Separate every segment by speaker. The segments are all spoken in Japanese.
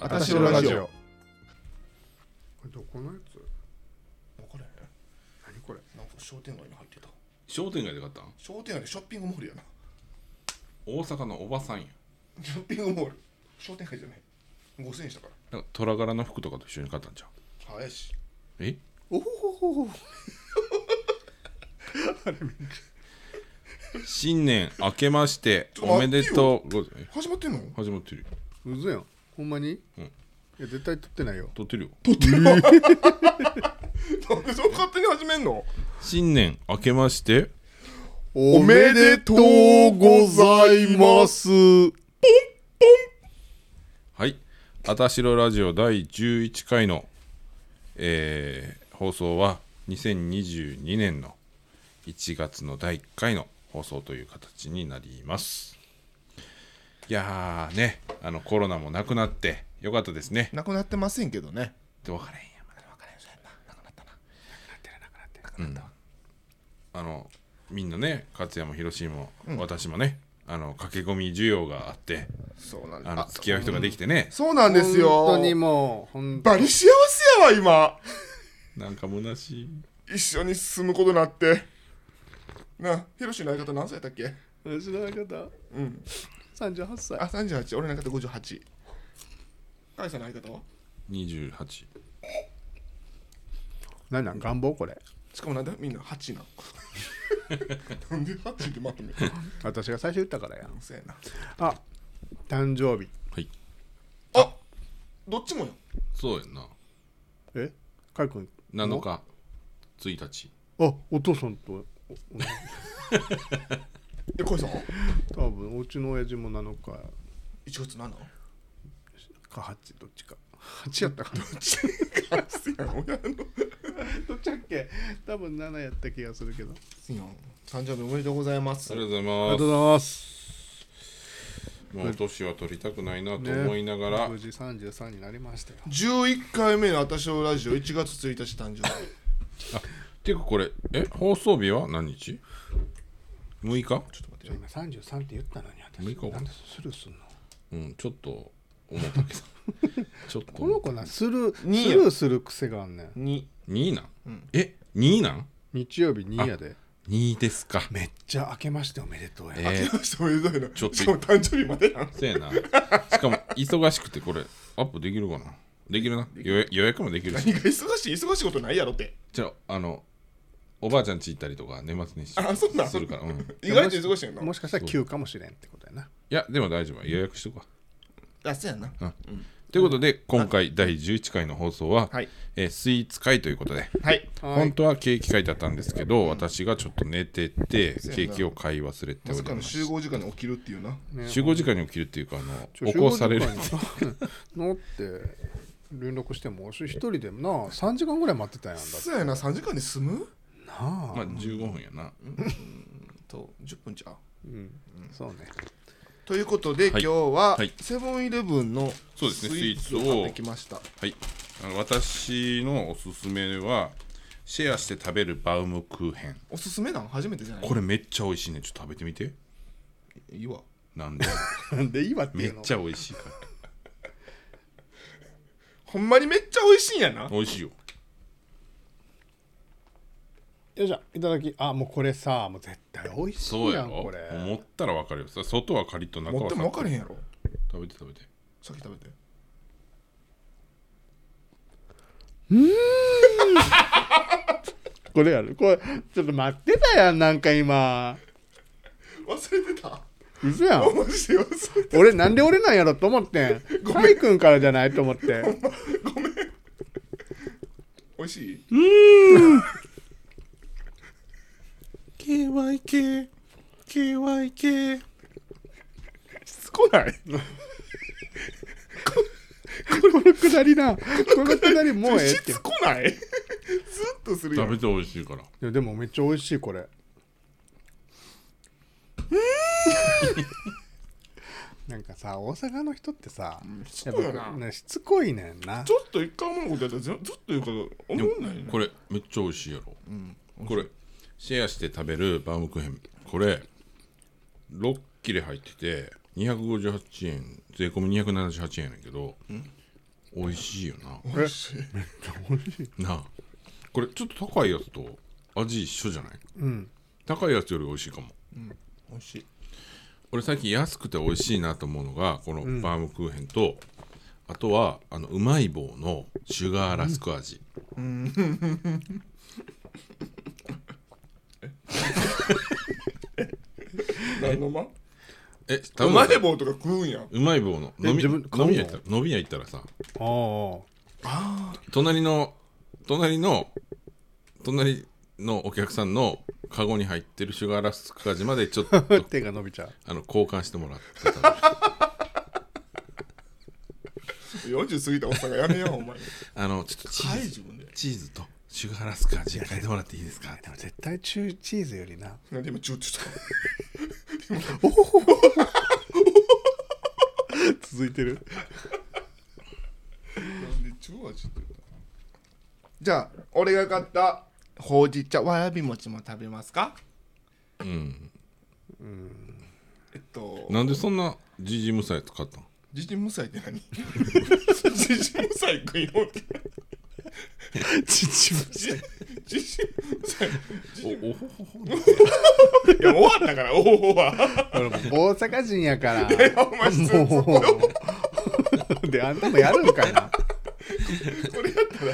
Speaker 1: あたしのラジオ。
Speaker 2: これどこのやつ
Speaker 3: 分からへん
Speaker 2: 何これ
Speaker 3: なんか商店街に入ってた
Speaker 1: 商店街で買ったん
Speaker 3: 商店街でショッピングモールやな
Speaker 1: 大阪のおばさんや。
Speaker 3: ショッピングモール商店街じゃない5000円したから
Speaker 1: なんか虎柄の服とかと一緒に買ったんじゃん。
Speaker 3: 早いし
Speaker 1: え
Speaker 3: おおお
Speaker 1: 新年明けまして
Speaker 3: ちょっと
Speaker 1: お
Speaker 3: 待
Speaker 1: め
Speaker 3: ってよ
Speaker 1: でとうございます。
Speaker 3: 始まってんの
Speaker 1: 始まってるよ。
Speaker 2: うずやんほんまに、
Speaker 1: うん
Speaker 2: いや絶対撮ってないよ
Speaker 1: 撮ってるよ。
Speaker 3: なんでそう勝手に始めんの
Speaker 1: 新年明けまして
Speaker 2: お
Speaker 3: めでとうございます
Speaker 1: はい。あたしろラジオ第11回の、えー放送は2022年の1月の第1回の放送という形になります。いやーね、あのコロナもなくなってよかったですね。
Speaker 3: なくなってませんけどね
Speaker 1: で分からへんやまだ分からへんなくなったななくなってるなくなってるなくなった、うん、あのみんなね勝山広志も、私もねあの駆け込み需要があって
Speaker 3: そうなん
Speaker 1: あの付き合う人ができてね
Speaker 3: そうなんですよ
Speaker 2: 本当にもう本当
Speaker 3: バリ幸せやわ今
Speaker 1: なんか虚しい
Speaker 3: 一緒に住むことになってなヒロシの相方何歳だったっけ
Speaker 2: 私の相方
Speaker 3: うん
Speaker 2: 38歳
Speaker 3: あ三38俺の相方58カイさんの相方は
Speaker 1: 28
Speaker 2: 何なん願望これ
Speaker 3: しかもなんでみんな8なの なんで8ってまとめたの
Speaker 2: 私が最初言ったからやん
Speaker 3: そうやな
Speaker 2: あ誕生日
Speaker 1: はい
Speaker 3: あどっちもよ
Speaker 1: そうやんな
Speaker 2: えかいくん
Speaker 1: 7日1日
Speaker 2: あお父さんと
Speaker 3: えカイさん
Speaker 2: 多分おうちの親父も7日
Speaker 3: 1月 7? ど
Speaker 2: か8どっちか8やった かな
Speaker 3: っちかすやん親の
Speaker 2: どっちやっけ多分7やった気がするけど
Speaker 3: すやん誕生日おめでとうございます
Speaker 1: ありがとう
Speaker 2: あ
Speaker 1: ご
Speaker 2: りが
Speaker 1: ざい
Speaker 2: とう
Speaker 1: ます
Speaker 2: ございます
Speaker 1: もう年は取りたくないなと思いながら、
Speaker 2: 無事33になりましたよ
Speaker 3: 11回目のあたしのラジオ1月1日誕生日
Speaker 1: ていうかこれえ放送日は何日 ?6 日
Speaker 3: ちょっと待ってよ
Speaker 2: 今33って言ったのに
Speaker 1: もう
Speaker 2: 私
Speaker 1: 一個
Speaker 2: なんでスルーすんの
Speaker 1: うんちょっと思った けどちょっと
Speaker 2: この子なスルース
Speaker 3: にや
Speaker 2: ルーする癖があんねん
Speaker 3: 2
Speaker 1: 2なん、
Speaker 3: うん
Speaker 1: え2なん
Speaker 2: 日曜日2やで
Speaker 1: 2ですか
Speaker 2: めっちゃ明けましておめでとうや、
Speaker 1: えー、
Speaker 3: 人おめでとうやな
Speaker 1: ちょっと
Speaker 3: しかも誕生日までなん
Speaker 1: そうやなしかも忙しくてこれアップできるかなできるな予約予約もできる
Speaker 3: 何
Speaker 1: し
Speaker 3: が忙しい忙しいことないやろって
Speaker 1: じゃああのおばあちゃんち行ったりとか年末年始
Speaker 3: あそんなん
Speaker 1: するから、うん、い
Speaker 3: 意外と忙しいんな
Speaker 2: もしかしたら9かもしれんってことやな
Speaker 1: やでも大丈夫予約しとくわ
Speaker 3: あそうやな
Speaker 1: ということで今回第11回の放送は、
Speaker 3: はい
Speaker 1: えースイーツ会ということで
Speaker 3: はい
Speaker 1: 本当はケーキ会だったんですけど、私がちょっと寝ててケーキを買い忘れて
Speaker 3: ま
Speaker 1: お
Speaker 3: さ
Speaker 1: り
Speaker 3: か
Speaker 1: ま
Speaker 3: の
Speaker 1: す
Speaker 3: 集合時間に起きるっていうな
Speaker 2: ね
Speaker 1: 集合時間に起きるっていうかあ
Speaker 2: ち
Speaker 1: の
Speaker 2: ょ
Speaker 1: 起こされる
Speaker 2: 集合時間にさ のって連絡しても私一人でな3時間ぐらい待ってたやんだって
Speaker 3: そうやな3時間で済む
Speaker 2: なあ、
Speaker 1: まあ15分やな
Speaker 3: と10分ちゃう
Speaker 2: うん、そうね
Speaker 3: ということで、
Speaker 1: はい
Speaker 3: 今日は
Speaker 1: はい
Speaker 3: セブンイレブンの
Speaker 1: そうですねスイーツを
Speaker 3: 買ってきました
Speaker 1: はい、あの私のおすすめはシェアして食べるバウムクーヘン
Speaker 3: おすすめなん初めてじゃない
Speaker 1: これめっちゃ美味しいねちょっと食べてみて
Speaker 3: いいわ
Speaker 1: なん で
Speaker 2: で今って
Speaker 1: め
Speaker 2: いう
Speaker 1: っ
Speaker 2: の
Speaker 1: ちゃ美味しいか
Speaker 3: ほんまにめっちゃ美味しいんやな
Speaker 1: ら美味しいよ
Speaker 2: よいしょいただきあもうこれさもう絶対美味しい
Speaker 1: そ
Speaker 2: う
Speaker 1: や
Speaker 2: や
Speaker 1: ろ
Speaker 2: んこれ
Speaker 1: 思ったら分かるよさ外はカリッと中
Speaker 3: 持っ
Speaker 1: は
Speaker 3: て
Speaker 1: サ
Speaker 3: も
Speaker 1: ッ
Speaker 3: 分か
Speaker 1: と
Speaker 3: れへんやろ
Speaker 1: 食べて食べて
Speaker 3: さっき食べて
Speaker 2: これやるこれちょっと待ってたやんなんか今
Speaker 3: 忘れてた
Speaker 2: 嘘やん
Speaker 3: マジで忘れて
Speaker 2: 俺なんで俺なんやろと思ってんカイ君からじゃないと思って
Speaker 3: 美味しい
Speaker 1: KYK KYK
Speaker 3: しつこない
Speaker 2: こ のくだりなこのくだりもうええっ
Speaker 3: してつこない ずっとするや
Speaker 1: 食
Speaker 3: ん
Speaker 1: べて美味しいから
Speaker 2: いやでもめっちゃ美味しいこれなんかさ大阪の人ってさ
Speaker 3: しつ
Speaker 2: や
Speaker 3: こいよ
Speaker 2: っ
Speaker 3: な
Speaker 2: ぱねしつこいねんな
Speaker 3: ちょっと一回思うことやったらずずっと言うから
Speaker 1: で
Speaker 3: 思
Speaker 1: も
Speaker 3: んないね
Speaker 1: これめっちゃ美味しいやろ、これシェアして食べるバウムクーヘンこれ6切れ入ってて258円税込み278円やねんけど、美味しいよな
Speaker 3: 美味しい
Speaker 2: 美味しい
Speaker 1: なあこれちょっと高いやつと味一緒じゃない
Speaker 2: うん
Speaker 1: 高いやつより美味しいかも
Speaker 3: 美味しい
Speaker 1: 俺最近安くて美味しいなと思うのがこのバームクーヘンと、あとはあのうまい棒のシュガーラスク味、
Speaker 3: 何の間
Speaker 1: え
Speaker 3: うまい
Speaker 1: 棒
Speaker 3: 棒とか食うんやん
Speaker 1: うまい棒の
Speaker 2: え
Speaker 1: 飲み
Speaker 2: 自分買うの
Speaker 1: 飲み屋行ったら飲み屋行ったらさ
Speaker 2: ああ
Speaker 1: 隣の隣の隣のお客さんのカゴに入ってるシュガーラスク味までちょっと
Speaker 2: 手が伸びちゃう
Speaker 1: あの交換してもらってた
Speaker 3: 40過ぎたおっさんがやめようお前
Speaker 1: あのちょっと チ
Speaker 3: はい
Speaker 1: ーズ
Speaker 3: 自分で
Speaker 1: チーズとシュガーラスク味変えてもらっていいですかって
Speaker 2: でも絶対チュチーズよりな
Speaker 3: なんで今チューチューした
Speaker 2: 続いてる
Speaker 3: なんでチュー味って言ったじゃあ俺が買ったほうじ茶わらび餅も食べますか
Speaker 1: うん
Speaker 3: えっと
Speaker 1: なんでそんなジジ無サイ使ったの
Speaker 3: ジジ無サイって何ジジ無サイ食いようって
Speaker 2: チチ
Speaker 3: ジジジ無サイ
Speaker 1: おおほほほ
Speaker 3: いや終わったからおおは
Speaker 2: 俺も大阪人やから
Speaker 3: お前そそこよ
Speaker 2: もうであんたもやるんかいな
Speaker 3: これやった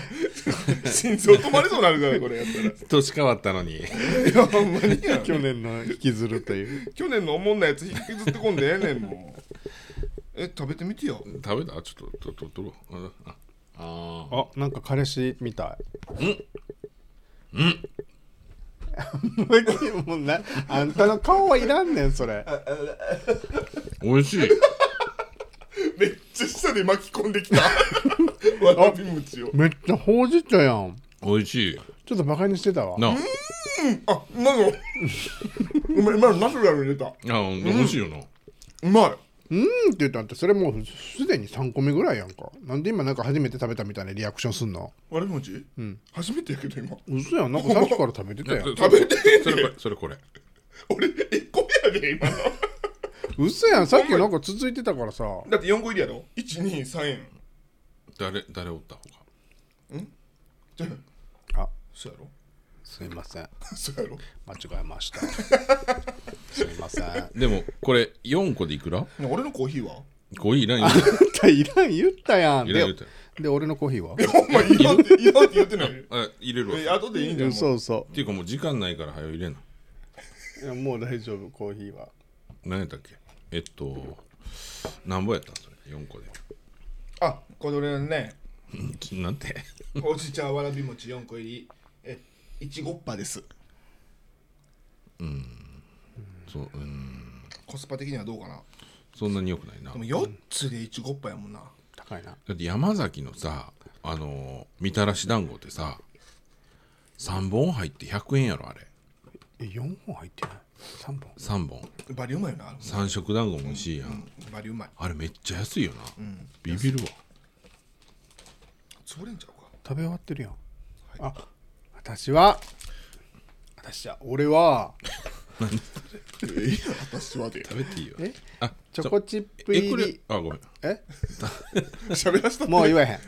Speaker 3: ら心臓止まりそうになるからこれやったら
Speaker 1: 年変わったのに
Speaker 3: いやほんまにや
Speaker 2: 去年の引きずるという
Speaker 3: 去年のおもんなやつ引きずってこんでええねん もうえ食べてみてよ
Speaker 1: 食べたちょっととととろうああ
Speaker 2: あなんか彼氏みたいうんうんもうなあんたの顔はいらんねんそれ
Speaker 1: 美味しい
Speaker 3: めっちゃ下で巻き込んでき たわらび餅を
Speaker 2: めっちゃほうじ茶やん
Speaker 1: 美味しい
Speaker 2: ちょっとバカにしてたわ
Speaker 1: なあ
Speaker 3: あうまいのうまい今のナチュラルに入れた
Speaker 1: あ美味しいよな
Speaker 3: うまい
Speaker 2: うんって言ったってそれもうすでに3個目ぐらいやんかなんで今なんか初めて食べたみたいなリアクションすんの
Speaker 3: わらび餅、うん、初めてやけど今
Speaker 2: 嘘やんなんかさっきから食べてたやん
Speaker 1: 食べてそれこれそれこれ
Speaker 3: 俺一個目やで今の
Speaker 2: 嘘やんさっきなんか続いてたからさ
Speaker 3: だって4個入りやろ123円
Speaker 1: 誰誰おったほか
Speaker 3: じゃあ
Speaker 2: あ
Speaker 3: そうやろ
Speaker 2: すいません
Speaker 3: そうやろ
Speaker 2: 間違えました すいませんあん
Speaker 1: でもこれ4個でいくら
Speaker 3: ね俺のコーヒーは
Speaker 1: ?5 位いらん よ
Speaker 2: たいらん言ったやん
Speaker 1: いらん言う
Speaker 2: で
Speaker 1: たよ
Speaker 2: で俺のコーヒーは
Speaker 3: お前いらんっていらんって言ってない
Speaker 1: あ入れるわ
Speaker 3: え後でいいんだよも
Speaker 2: そううそ
Speaker 1: っていうかもう時間ないから早う入れない
Speaker 2: やもう大丈夫コーヒーは
Speaker 1: 何やったっけえっと何本やったんそれ4個で
Speaker 3: あこれ俺のね
Speaker 1: うんちなんて
Speaker 3: ほうじ茶わらび餅4個入りえいちごっぱです
Speaker 1: そううん
Speaker 3: コスパ的にはどうかな
Speaker 1: そんなによくないな
Speaker 3: でも4つでいちごっぱやもんな
Speaker 2: 高いな
Speaker 1: だって山崎のさあのーみたらし団子ってさ3本入って100円やろあれ
Speaker 2: え4本入ってない3本
Speaker 1: 3本
Speaker 3: バリうまいよな
Speaker 1: 3色団子も美味しいやん、
Speaker 3: バリうまい
Speaker 1: あれめっちゃ安いよな、ビビるわ
Speaker 3: 潰れんちゃうか
Speaker 2: 食べ終わってるやん、あ私は私は俺は
Speaker 3: ええ私はで
Speaker 1: 食べていいよ
Speaker 2: え
Speaker 1: あ
Speaker 2: チョコチップ
Speaker 1: え
Speaker 2: 入
Speaker 1: これ
Speaker 2: り
Speaker 1: あごめん
Speaker 2: え
Speaker 3: 喋らした
Speaker 2: もう言
Speaker 3: わ
Speaker 2: わへん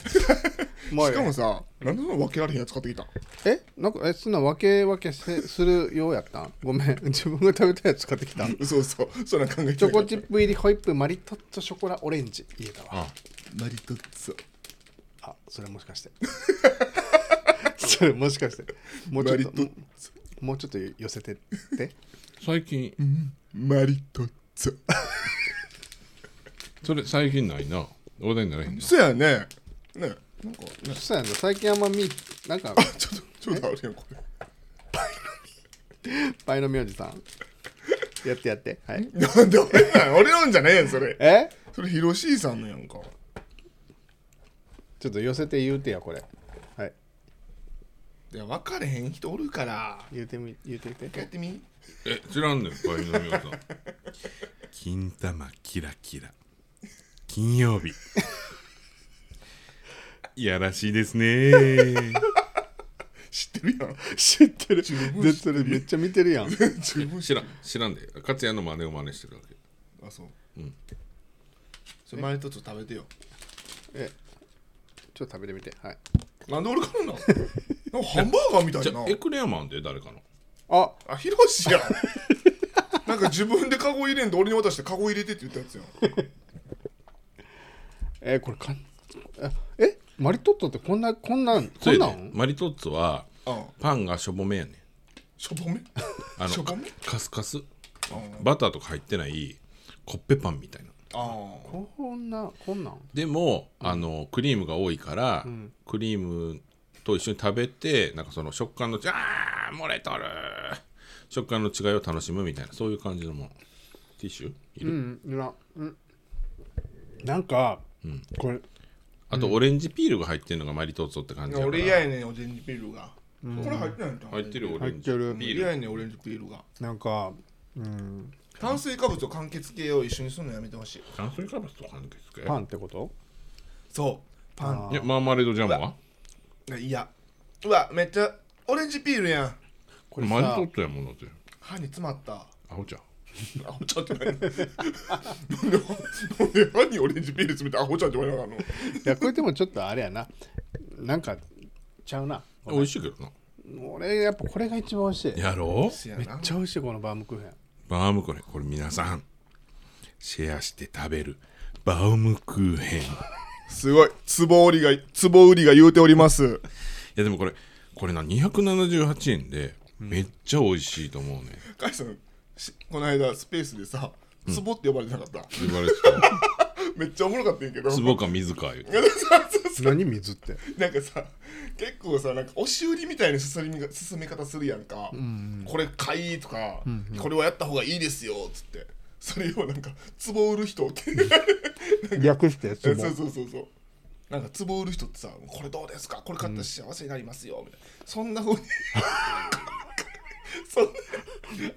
Speaker 2: もう言わ
Speaker 3: しか
Speaker 2: へ
Speaker 3: も
Speaker 2: ん
Speaker 3: さなんでその訳あれへんやつ買ってきた
Speaker 2: えなんかえそんな分け分けせするようやったんごめん 自分が食べたやつ買ってきた
Speaker 3: そうそうそんなん考えて
Speaker 2: チョコチップ入りホイップマリトッツォショコラオレンジ言えたわ
Speaker 1: あ
Speaker 3: マリトッツ
Speaker 2: あそれもしかして それもしかしてもう
Speaker 3: ォ
Speaker 2: ち
Speaker 3: マ
Speaker 2: ょっ
Speaker 3: リ
Speaker 2: と
Speaker 3: トッツ
Speaker 2: もうちょっと寄せてって
Speaker 1: 最近
Speaker 3: ォマリトッツォ
Speaker 1: それ最近ないなお題にならへんな
Speaker 3: そやねねなんかね
Speaker 2: そうやな最近あんまみなんか
Speaker 3: あちょっとちょっとあれやんこれ
Speaker 2: パイの名字さんやってやってはい
Speaker 3: なんで俺なん俺のんじゃねえやんそれ
Speaker 2: え
Speaker 3: それヒロシーさんのやんか
Speaker 2: ちょっと寄せて言うてやこれはい
Speaker 3: いや分かれへん人おるから
Speaker 2: 言うてみ言うてみ
Speaker 3: やっててみ
Speaker 1: え知らんねんパイの皆さん金玉キラキラ金曜日い やらしいです ね
Speaker 3: 知ってるやん
Speaker 2: 知ってる
Speaker 3: 分
Speaker 2: でそれめっちゃ見てるやん
Speaker 3: 自分
Speaker 1: 知らん知らんで勝也の真似を真似してるわけ
Speaker 3: あそううんそれマリトッツォ食べてよ
Speaker 2: えちょっと食べてみてはい
Speaker 3: なんで俺買うのなんかハンバーガーみた
Speaker 1: じ
Speaker 3: い
Speaker 1: ゃ
Speaker 3: な
Speaker 1: あエクレアマンで誰かの
Speaker 2: あ
Speaker 3: あヒロシやんなん か自分でカゴ入れんで俺に渡してカゴ入れてって言ったやつやん
Speaker 2: えーこれかんあえマリトッツォってこんなこんなん
Speaker 1: そ
Speaker 2: こ
Speaker 1: れ
Speaker 2: ん
Speaker 1: で
Speaker 2: なん
Speaker 1: マリトッツォは
Speaker 3: あ
Speaker 1: パンがしょぼめやねん
Speaker 3: しょぼめ
Speaker 1: あ
Speaker 3: し
Speaker 1: の
Speaker 3: ょぼ
Speaker 1: か
Speaker 3: め
Speaker 1: カスカス
Speaker 3: あ
Speaker 1: バターとか入ってないコッペパンみたいな
Speaker 3: あ
Speaker 2: こんなこんなん
Speaker 1: でも、あのクリームが多いから、クリームと一緒に食べてなんかその食感のちあー漏れとる食感の違いを楽しむみたいなそういう感じのものティッシュいうる、
Speaker 2: んいらうんなんか、これ
Speaker 1: あとオレンジピールが入ってるのがマリトッツォって感じだから
Speaker 3: 俺嫌やねんオレンジピールが、これ入ってないんだ
Speaker 1: 入ってるオレンジ
Speaker 2: 入ってる
Speaker 1: ピ
Speaker 3: 嫌
Speaker 1: ール
Speaker 3: やねんオレンジピールが
Speaker 2: なんかうん
Speaker 3: 炭水化物と完結系を一緒にするのやめてほしい
Speaker 1: 炭水化物と関係する
Speaker 2: パンってこと
Speaker 3: そうパン
Speaker 1: いやマーマレードジャムは
Speaker 3: ないやうわめっちゃオレンジピールやん
Speaker 1: こ
Speaker 2: こ
Speaker 1: れ
Speaker 2: れ
Speaker 1: マリト
Speaker 2: さ
Speaker 1: ッツォやもんだって
Speaker 3: 歯に詰まった
Speaker 1: アホちゃん
Speaker 3: アホちゃんって何なんでなんで歯にオレンジピール詰めてアホちゃんって言われなあかんの
Speaker 2: いやこれでもちょっとあれやななんかちゃうな
Speaker 1: 美味しいけどな
Speaker 2: 俺やっぱこれが一番美味しい
Speaker 1: やろう
Speaker 3: せや
Speaker 2: めっ
Speaker 3: な
Speaker 2: ちゃ美味しいこのバームクーヘン
Speaker 1: バームクーヘンこれ皆さんシェアして食べるバームクーヘンい
Speaker 3: すごい壺売りが壺売りが言うております
Speaker 1: やでもこれこれな278円でめっちゃ美味しいと思うね、
Speaker 3: カイさんしこの間スペースでさ壺って呼ばれてなかった、
Speaker 1: 言われてた
Speaker 3: めっちゃおもろかったんやけど
Speaker 1: 壺か水か言うて
Speaker 2: 何水って
Speaker 3: なんかさ結構さなんか押し売りみたいな進みが進め方するやんか、これ買いとか、これはやった方がいいですよっつってそれをなんか壺売る人って
Speaker 2: 略してや
Speaker 3: そうそうそうそうなんか壺売る人ってさこれどうですかこれ買ったら幸せになりますよみたいなそんなふうに そんな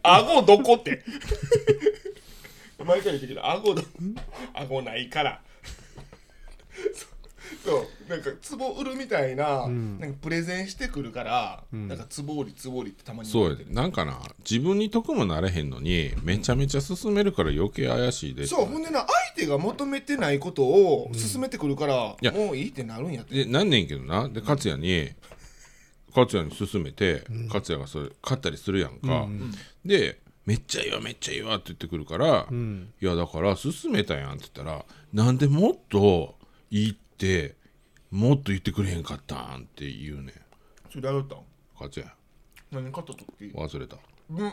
Speaker 3: 顎どこって毎回言ってるけど顎ど顎ないからそうなんか壺売るみたいな,、なんかプレゼンしてくるから、なんか壺売り壺売りってたまに
Speaker 1: そ
Speaker 3: 言
Speaker 1: うや
Speaker 3: って
Speaker 1: で
Speaker 3: る
Speaker 1: なんかな自分に得もなれへんのにめちゃめちゃ進めるから余計怪しいで
Speaker 3: そうほんでな相手が求めてないことを勧めてくるから、
Speaker 1: や
Speaker 3: もういいってなるんやって
Speaker 1: でなんねんけどなで勝也に勝也に勧めて、勝也がそれ勝ったりするやんか、で「めっちゃいいわめっちゃいいわ」って言ってくるから「いやだから勧めたやん」って言ったら「なんでもっといいってもっと言ってくれへんかったん」って言うねん
Speaker 3: それ誰だったん
Speaker 1: 勝也
Speaker 3: 何買った時
Speaker 1: 忘れた
Speaker 3: う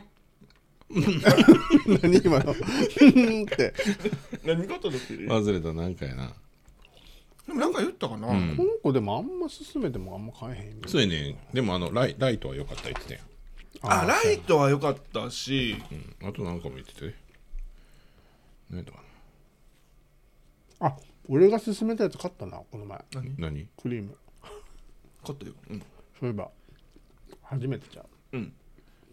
Speaker 3: ん
Speaker 2: 何今のうんって
Speaker 3: 何買った時でも
Speaker 1: 忘れたなんかやな
Speaker 3: なんか言ったかな、
Speaker 2: この子でもあんま勧めてもあんま買えへん
Speaker 1: そうやねんでもあのライライトは良かった言ってたやん
Speaker 3: あライトは良かったし、
Speaker 1: うんあとなんかも言ってたね何やったか
Speaker 2: あ俺が勧めたやつ買ったなこの前
Speaker 1: な何
Speaker 2: クリーム
Speaker 3: 買ったよ、うん、
Speaker 2: そういえば初めてちゃう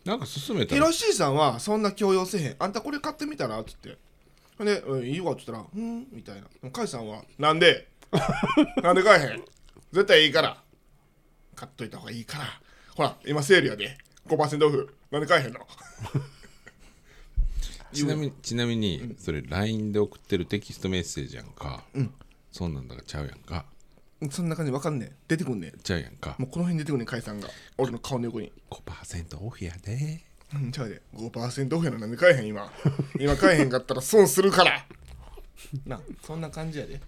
Speaker 1: なんか勧めた
Speaker 3: ヒ
Speaker 1: ら
Speaker 3: ロシーさんはそんな強要せへんあんたこれ買ってみたらって言ってほんで、うん、いいわって言ったら「うん」みたいなでもカイさんは「なんで なんで買えへん絶対いいから買っといた方がいいからほら今セールやで5%オフなんで買えへんの
Speaker 1: ちなみにちなみにそれ LINE で送ってるテキストメッセージやんか、そんなんだからちゃうやんか
Speaker 3: そんな感じわかんねえ出てくんねえ
Speaker 1: ちゃうやんか
Speaker 3: もうこの辺出てくんねえカイさんが俺の顔の横に
Speaker 1: 5%オフやで
Speaker 3: うん、ちゃうで5%オフやのなんで買えへん今今買えへんかったら損するからなそんな感じやで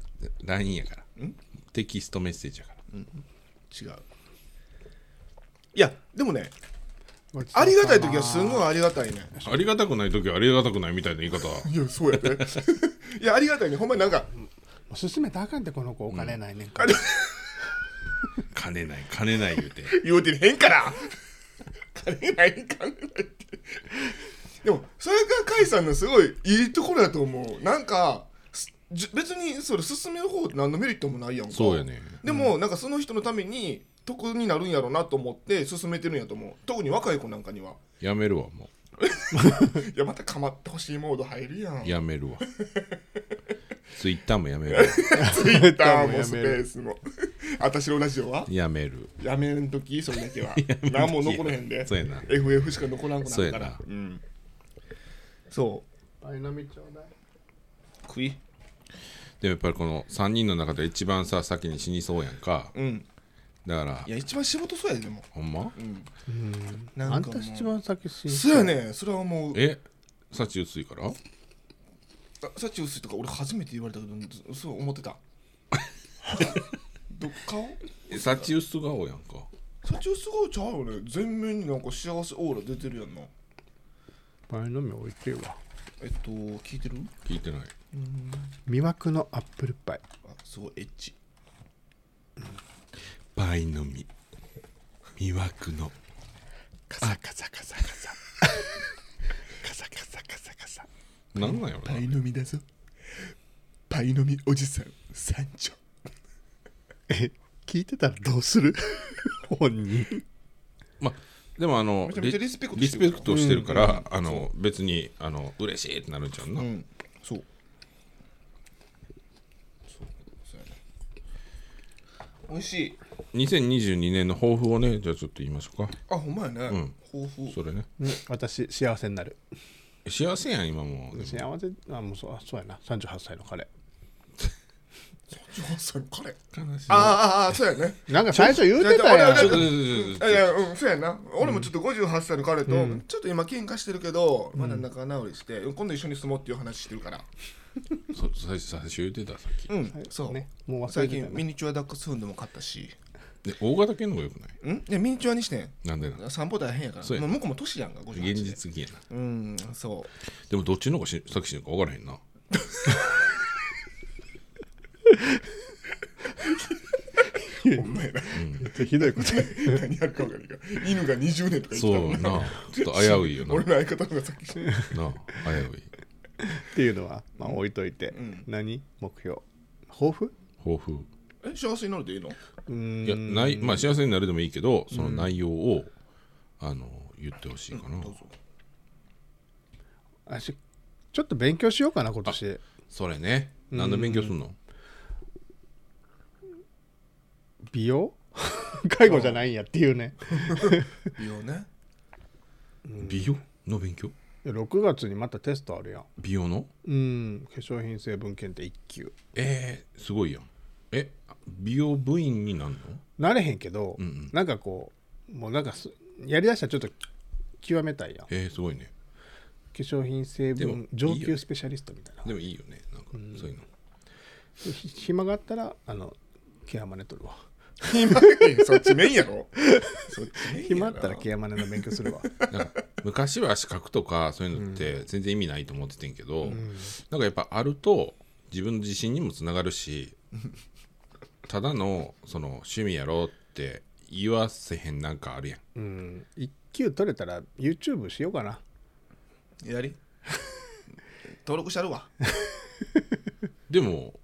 Speaker 1: LINE やからテキストメッセージやから、
Speaker 3: 違ういやでもね
Speaker 2: ごちそうさま
Speaker 3: ありがたい時はすごいありがたいね
Speaker 1: ありがたくない時はありがたくないみたいな言い 方
Speaker 3: いやそうやねいやありがたいねほんまになんか
Speaker 2: 勧めたらあかんってこの子お金ないねんから、
Speaker 1: 金ない金ない言う て
Speaker 3: 言うてへんから金ない金ないってでもそれが甲斐さんのすごいいいところやと思うなんかすじ別にそれ進める方って何のメリットもないやんか
Speaker 1: そうやね
Speaker 3: でも、なんかその人のために得になるんやろうなと思って進めてるんやと思う特に若い子なんかには
Speaker 1: やめるわも
Speaker 3: いやまた構ってほしいモード入るやん
Speaker 1: うやめ るわ Twitter もやめるわ
Speaker 3: ツイッター
Speaker 2: もやめ
Speaker 3: も
Speaker 2: る
Speaker 3: スペースも私のラジオは
Speaker 1: やめ る
Speaker 3: やめんときそれだけは何も残らへんで
Speaker 1: そうやな
Speaker 3: FF しか残らんくなるか
Speaker 1: そうや
Speaker 3: ら
Speaker 1: な
Speaker 3: うんそう
Speaker 2: ダイナミちょうだい
Speaker 3: 食い
Speaker 1: でもやっぱりこの3人の中で一番さ先に死にそうやんか
Speaker 3: うん
Speaker 1: だから
Speaker 3: いや一番仕事そうやででも
Speaker 1: ほんま
Speaker 3: うん
Speaker 2: うん
Speaker 3: な
Speaker 2: あ
Speaker 3: ん
Speaker 2: ん
Speaker 3: かも
Speaker 2: た
Speaker 3: う
Speaker 2: 一番先死に
Speaker 3: そうやねそれは思う
Speaker 1: え幸薄いから
Speaker 3: あ幸薄いとか俺初めて言われたけどずそう思ってたどっ顔
Speaker 1: え幸薄顔やんか
Speaker 3: 幸薄顔ちゃうよね全面になんか幸せオーラ出てるやんな
Speaker 2: パイの実置いてるわ
Speaker 3: えっと聞いてる
Speaker 1: 聞いてない
Speaker 2: 魅惑のアップルパイ
Speaker 3: あすごいエッチ
Speaker 1: パイの実魅惑の
Speaker 2: カサカサカサカサカ サカサカサカサ
Speaker 1: なんなんやろな
Speaker 3: の実だぞパイ飲みおじさん山頂
Speaker 2: え聞いてたらどうする 本人
Speaker 1: までもあの
Speaker 3: めちゃめちゃリスペクト
Speaker 1: リ
Speaker 3: し
Speaker 1: ス
Speaker 3: てる
Speaker 1: ペクトしてるから、あの別にあの嬉しいってなるんちゃう
Speaker 3: う
Speaker 1: な、
Speaker 3: んそうそうそうやね美味しい
Speaker 1: 2022年の抱負をねじゃあちょっと言いましょうか
Speaker 3: あほんまやね、
Speaker 1: うん
Speaker 3: 抱負
Speaker 1: それね
Speaker 2: 私幸せになる
Speaker 1: 幸せやん今もうでも
Speaker 2: 幸せあもうそうあそうやな38歳の彼
Speaker 3: 38歳のカレー
Speaker 1: 悲しい
Speaker 3: あーあーあーそうやね
Speaker 2: なんか最初言うてた
Speaker 3: ちょ
Speaker 2: やん
Speaker 3: ち
Speaker 1: ち
Speaker 3: ょ
Speaker 1: ょ
Speaker 3: っ
Speaker 1: っ
Speaker 3: といや
Speaker 1: と
Speaker 3: いやうんそうやな俺もちょっと58歳の彼と、ちょっと今喧嘩してるけど、まだ仲直りして今度一緒に住もうっていう話してるから
Speaker 1: 最初最初言うてたさっき
Speaker 3: うん、そう、
Speaker 2: ねもう忘れてた
Speaker 3: 最
Speaker 2: よね
Speaker 3: 近ミニチュアダックスフンドも買ったし
Speaker 1: で大型犬の方がよくない
Speaker 3: んいやミニチュアにしてん
Speaker 1: なんでなの
Speaker 3: 散歩大変やから
Speaker 1: そうや
Speaker 3: もう向こうも年やんか58で
Speaker 1: 現実的やな
Speaker 3: うんそ
Speaker 1: でもどっちの方がし作詞のか分からへんな
Speaker 3: うお前ら
Speaker 2: ひどいこと言う
Speaker 3: 何やるか分からんから犬が20年とか生きた
Speaker 1: そ
Speaker 3: もん
Speaker 1: うなちょっと危ういよな
Speaker 3: 俺の相方の方がさっきしてる
Speaker 1: な危うい
Speaker 2: っていうのは、まあ、置いといて、
Speaker 3: ん
Speaker 2: 何目標抱負
Speaker 1: 抱負
Speaker 3: え幸せになるでいいの
Speaker 2: うーん
Speaker 1: いやないまあ幸せになるでもいいけどその内容を、あの言ってほしいかな、
Speaker 3: どうぞ
Speaker 2: 私ちょっと勉強しようかな今年
Speaker 1: それね何の勉強すんの
Speaker 2: 美容 介護じゃないんやっていうね
Speaker 3: 美容ね
Speaker 1: 美容の勉強
Speaker 2: いや6月にまたテストあるやん
Speaker 1: 美容の
Speaker 2: うん化粧品成分検定1級
Speaker 1: えー、すごいやんえ美容部員になんの
Speaker 2: なれへんけど、
Speaker 1: うんうん
Speaker 2: なんかこうもうなんかすやりだしたらちょっと極めたいやん化
Speaker 1: えー、すごいね
Speaker 2: 粧品成
Speaker 1: でもいいよ
Speaker 2: 分上級スペシャリストみたいな
Speaker 1: でもいいよねなんかそういうの、
Speaker 2: ひ暇があったらあのケアマネ取るわ
Speaker 3: 今そっちメインやろそっちメイン
Speaker 2: 暇あ
Speaker 3: や
Speaker 2: っ
Speaker 3: ろ
Speaker 2: たらケアマネの勉強するわ
Speaker 1: なんか昔は資格とかそういうのって全然意味ないと思っててんけど、なんかやっぱあると自分の自信にもつながる しただのその趣味やろって言わせへんなんかあるやん
Speaker 2: うん1級取れたら YouTube しようかな
Speaker 3: やり登録してあるわ
Speaker 1: でも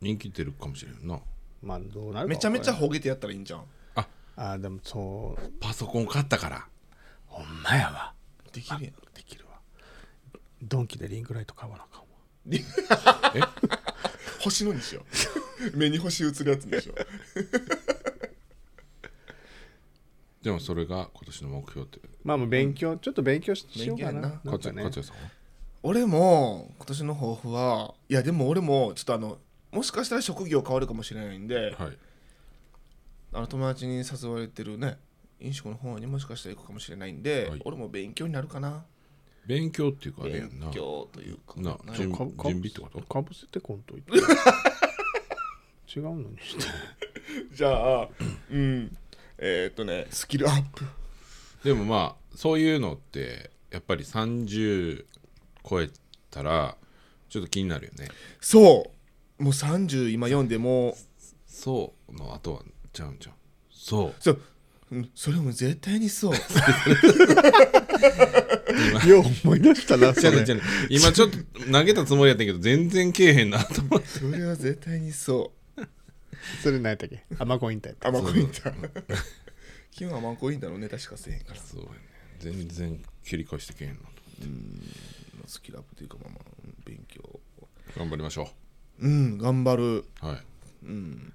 Speaker 1: 人気出るかもしれんな
Speaker 2: まあどうなるか
Speaker 3: めちゃめちゃ
Speaker 2: ほ
Speaker 3: ほげてやったらいいんじゃん
Speaker 1: あ
Speaker 2: あーでもそう
Speaker 1: パソコン買ったから
Speaker 2: ほんまやわ
Speaker 3: できるやん
Speaker 2: できるわドンキでリングライト買わなあかんわ
Speaker 3: 星のにしよう目に星映るやつにしよう
Speaker 1: でもそれが今年の目標って
Speaker 2: まあまあ勉強、ちょっと勉強ししようかな
Speaker 3: 勉
Speaker 2: な
Speaker 3: 強や
Speaker 2: ん
Speaker 1: 勝
Speaker 2: か
Speaker 1: 谷、
Speaker 2: ね
Speaker 1: 勝谷さんは
Speaker 3: 俺も今年の抱負はいやでも俺もちょっとあのもしかしたら職業変わるかもしれないんで
Speaker 1: はい
Speaker 3: あの友達に誘われてるね飲食の方にもしかしたら行くかもしれないんで、
Speaker 1: はい
Speaker 3: 俺も勉強になるかな
Speaker 1: 勉強っていうかあれや
Speaker 3: 勉
Speaker 1: んな
Speaker 3: 強というか
Speaker 1: な
Speaker 3: なんか
Speaker 1: 準
Speaker 2: か
Speaker 1: 備
Speaker 2: ぶ
Speaker 1: 準備ってこと
Speaker 2: かぶせてこんといて 違うのにして
Speaker 3: じゃあうんえー、っとねスキルアップ
Speaker 1: でもまあそういうのってやっぱり30超えたらちょっと気になるよね
Speaker 3: そうもう30今読んでもう
Speaker 1: そうの後はちゃうんちゃうそう
Speaker 3: そううんそれも絶対に そう
Speaker 2: よう思い出したな
Speaker 1: 違
Speaker 2: そう
Speaker 1: ね
Speaker 2: れ
Speaker 1: 違うね今ちょっと投げたつもりやったんやけど全然けえへんなと思って
Speaker 3: それは絶対にそう
Speaker 2: それ何やったっけアマコインタイプ
Speaker 3: アマコインターキムはアマコインターのネタしかせえへんから
Speaker 1: そうやね全然切り返してけえへんなと
Speaker 3: スキルアップというかまあまあうん勉強
Speaker 1: 頑張りましょ
Speaker 3: うん頑張る
Speaker 1: うはい
Speaker 3: うん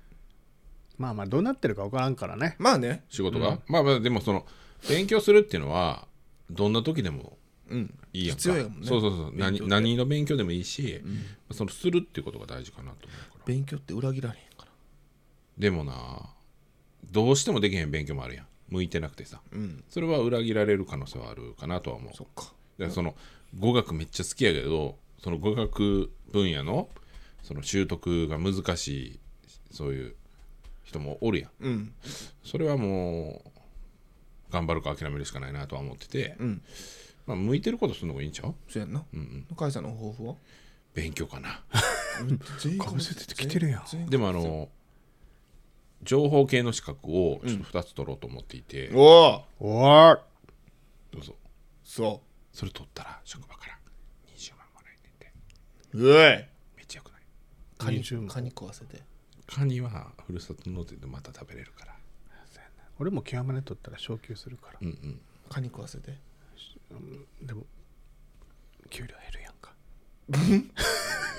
Speaker 2: まあまあどうなってるか分からんからね
Speaker 3: まあね
Speaker 1: 仕事が、まあまあでもその勉強するっていうのはどんな時でも
Speaker 3: うん
Speaker 1: いいやんか
Speaker 3: 必要やもんね
Speaker 1: そうそうそう
Speaker 3: 勉強
Speaker 1: 何
Speaker 3: って
Speaker 1: 何の勉強でもいいし、そのするっていうことが大事かなと思うから
Speaker 3: 勉強って裏切られへんから
Speaker 1: でもなどうしてもできへん勉強もあるやん向いてなくてさ
Speaker 3: うん
Speaker 1: それは裏切られる可能性はあるかなとは思う
Speaker 3: そっか
Speaker 1: だからその語学めっちゃ好きやけどその語学分野のその習得が難しいそういう人もおるやん
Speaker 3: うん
Speaker 1: それはもう頑張るか諦めるしかないなとは思ってて、
Speaker 3: うん
Speaker 1: まあ、向いてることするのがいいんちゃう
Speaker 3: そうやんな
Speaker 1: うん
Speaker 3: 向井さんの抱負は
Speaker 1: 勉強かな
Speaker 3: 全員
Speaker 2: かぶせてきてるやん
Speaker 3: 全員
Speaker 1: でもあの情報系の資格をちょっと2つ取ろうと思っていて、
Speaker 3: おお
Speaker 2: おい
Speaker 1: どうぞ
Speaker 3: そ
Speaker 1: それ取ったら職場から20万もらえてて
Speaker 3: ううえ
Speaker 1: めっちゃよくない
Speaker 3: カニ
Speaker 2: 20
Speaker 3: カニ食わせて
Speaker 1: カニはふるさと納税でまた食べれるから
Speaker 2: 俺も極まれとったら昇給するから、
Speaker 1: うんうん
Speaker 3: カニ食わせて
Speaker 2: でも給料減るやんか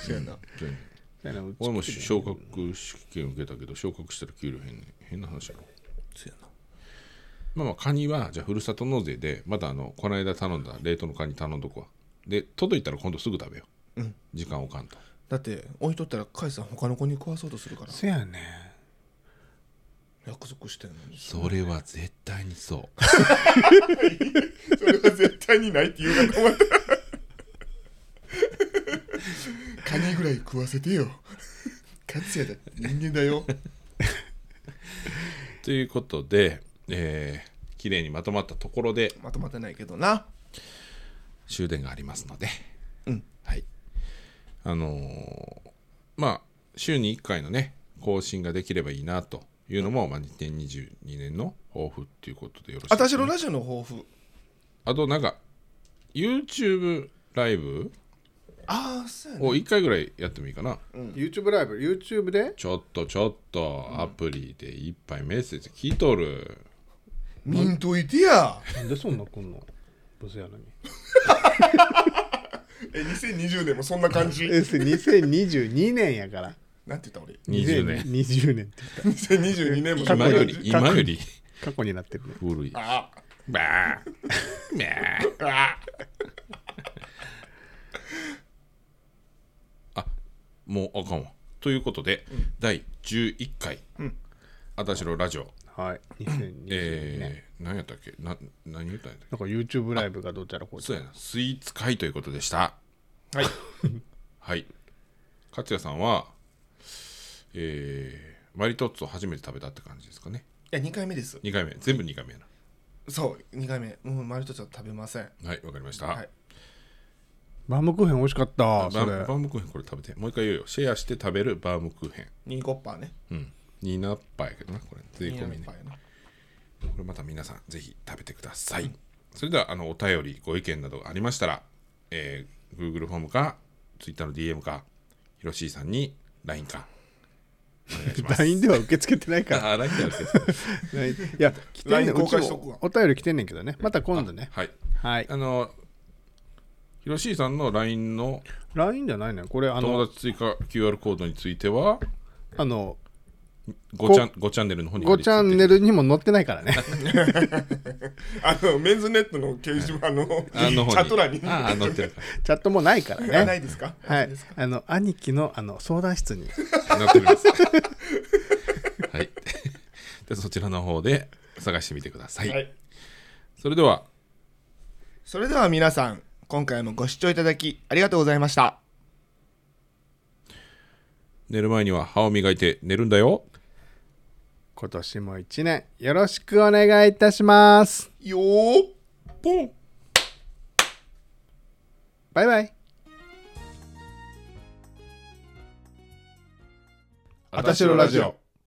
Speaker 3: そうやな
Speaker 2: だからうち
Speaker 1: 俺も昇格試験受けたけど昇格したら給料変ね変な話やろ
Speaker 3: そうやな
Speaker 1: まあまあカニはじゃあふるさと納税でまたあのこの間頼んだ冷凍のカニ頼んどくわで届いたら今度すぐ食べよう、
Speaker 3: うん
Speaker 1: 時間置かんと
Speaker 3: だって置いとったら甲斐さん他の子に食わそうとするから
Speaker 2: せやね
Speaker 3: 約束してんのに
Speaker 1: それは絶対にそう
Speaker 3: それは絶対にないって言うから困ったカニぐらい食わせてよカツヤだって人間だよ
Speaker 1: ということでえー、綺麗にまとまったところで
Speaker 3: まとまってないけどな
Speaker 1: 終電がありますので、
Speaker 3: うん
Speaker 1: はいあのーまあ週に1回のね更新ができればいいなというのも、まあ、2022年の抱負っていうことでよろしいですか
Speaker 3: 私のラジオの抱負
Speaker 1: あとなんか YouTube ライブ
Speaker 3: ああそうやね
Speaker 1: を1回ぐらいやってもいいかな、
Speaker 2: YouTube ライブ YouTube で
Speaker 1: ちょっとちょっとアプリでいっぱいメッセージ聞いとる、
Speaker 3: ミントいてや
Speaker 2: なんでそんなこんのブスやのに
Speaker 3: え2020年もそんな感じ
Speaker 2: え2022年やから
Speaker 3: なんて言った俺
Speaker 1: 20年
Speaker 2: 20年って言っ
Speaker 3: 2022年もそん
Speaker 1: 今
Speaker 3: な
Speaker 1: よ
Speaker 3: 感
Speaker 1: り
Speaker 3: じ
Speaker 1: 今より
Speaker 2: た過去になってるね
Speaker 1: 古い
Speaker 3: あ
Speaker 1: バーンバーン
Speaker 3: ああ
Speaker 1: もうあかんわということで、第11回、
Speaker 3: うん
Speaker 1: あたしろラジオ、
Speaker 2: はい2022年、
Speaker 1: えー、何やったっけな何言ったんやっ
Speaker 2: な
Speaker 1: たっけ
Speaker 2: んか YouTube ライブがどうちゃらこうち
Speaker 1: そ
Speaker 2: ゃ
Speaker 1: う
Speaker 2: ら
Speaker 1: やなスイーツ会ということでした
Speaker 3: はい
Speaker 1: はい勝也さんはえー、マリトッツォ初めて食べたって感じですかね
Speaker 3: いや2回目です
Speaker 1: 2回目全部2回目や
Speaker 3: そう2回目もう丸一つは食べません
Speaker 1: なはいわかりました、
Speaker 3: はい
Speaker 2: バームクーヘン美味しかった
Speaker 1: バ
Speaker 2: それ
Speaker 1: ーバームクーヘンこれ食べてもう一回言うよシェアして食べるバームクーヘン
Speaker 3: ニコッパーね
Speaker 1: うんニーナッパやけどなこれ税
Speaker 3: ニコ
Speaker 1: 込み
Speaker 3: ッ
Speaker 1: ね
Speaker 3: パーやな
Speaker 1: これまた皆さんぜひ食べてください、それではあのお便りご意見などがありましたら、えー Google フォームか Twitter の DM かひろしーさんに LINE かお願いします
Speaker 2: LINE では受け付けてないから
Speaker 1: あ LINE だよ
Speaker 2: LINE いや来てん
Speaker 3: LINE
Speaker 2: ねんう
Speaker 3: 公
Speaker 2: ち
Speaker 3: 開しとく
Speaker 2: も
Speaker 3: わ
Speaker 2: お便り来てんねんけどねまた今度ね
Speaker 1: はい
Speaker 2: はい
Speaker 1: あのひろしーさんの LINE の
Speaker 2: LINE じゃないねんこれあ
Speaker 1: 友
Speaker 2: の
Speaker 1: 達追加 QR コードについては
Speaker 2: あの
Speaker 1: 5チャン5チャンネルの方に貼
Speaker 2: 5
Speaker 1: り
Speaker 2: チ
Speaker 1: 付け
Speaker 2: ャンネルにも載ってないからね
Speaker 3: あのメンズネットの掲示板の
Speaker 1: あの方
Speaker 3: チャット欄に
Speaker 1: ああ載ってるか
Speaker 2: チャットもないから
Speaker 3: あな
Speaker 2: ね
Speaker 3: いですか
Speaker 2: は
Speaker 3: ない
Speaker 2: い
Speaker 3: ですか
Speaker 2: あの兄貴のあの相談室に
Speaker 1: ら載っておりますはいでそちらの方で探してみてくださ、
Speaker 3: はいい
Speaker 1: それでは
Speaker 3: それでは皆さん今回もご視聴いただきありがとうございました
Speaker 1: 寝る前には歯を磨いて寝るんだよ。
Speaker 2: 今年も一年よろしくお願いいたします
Speaker 3: よー
Speaker 1: ポン
Speaker 2: バイバイあたしろラジオ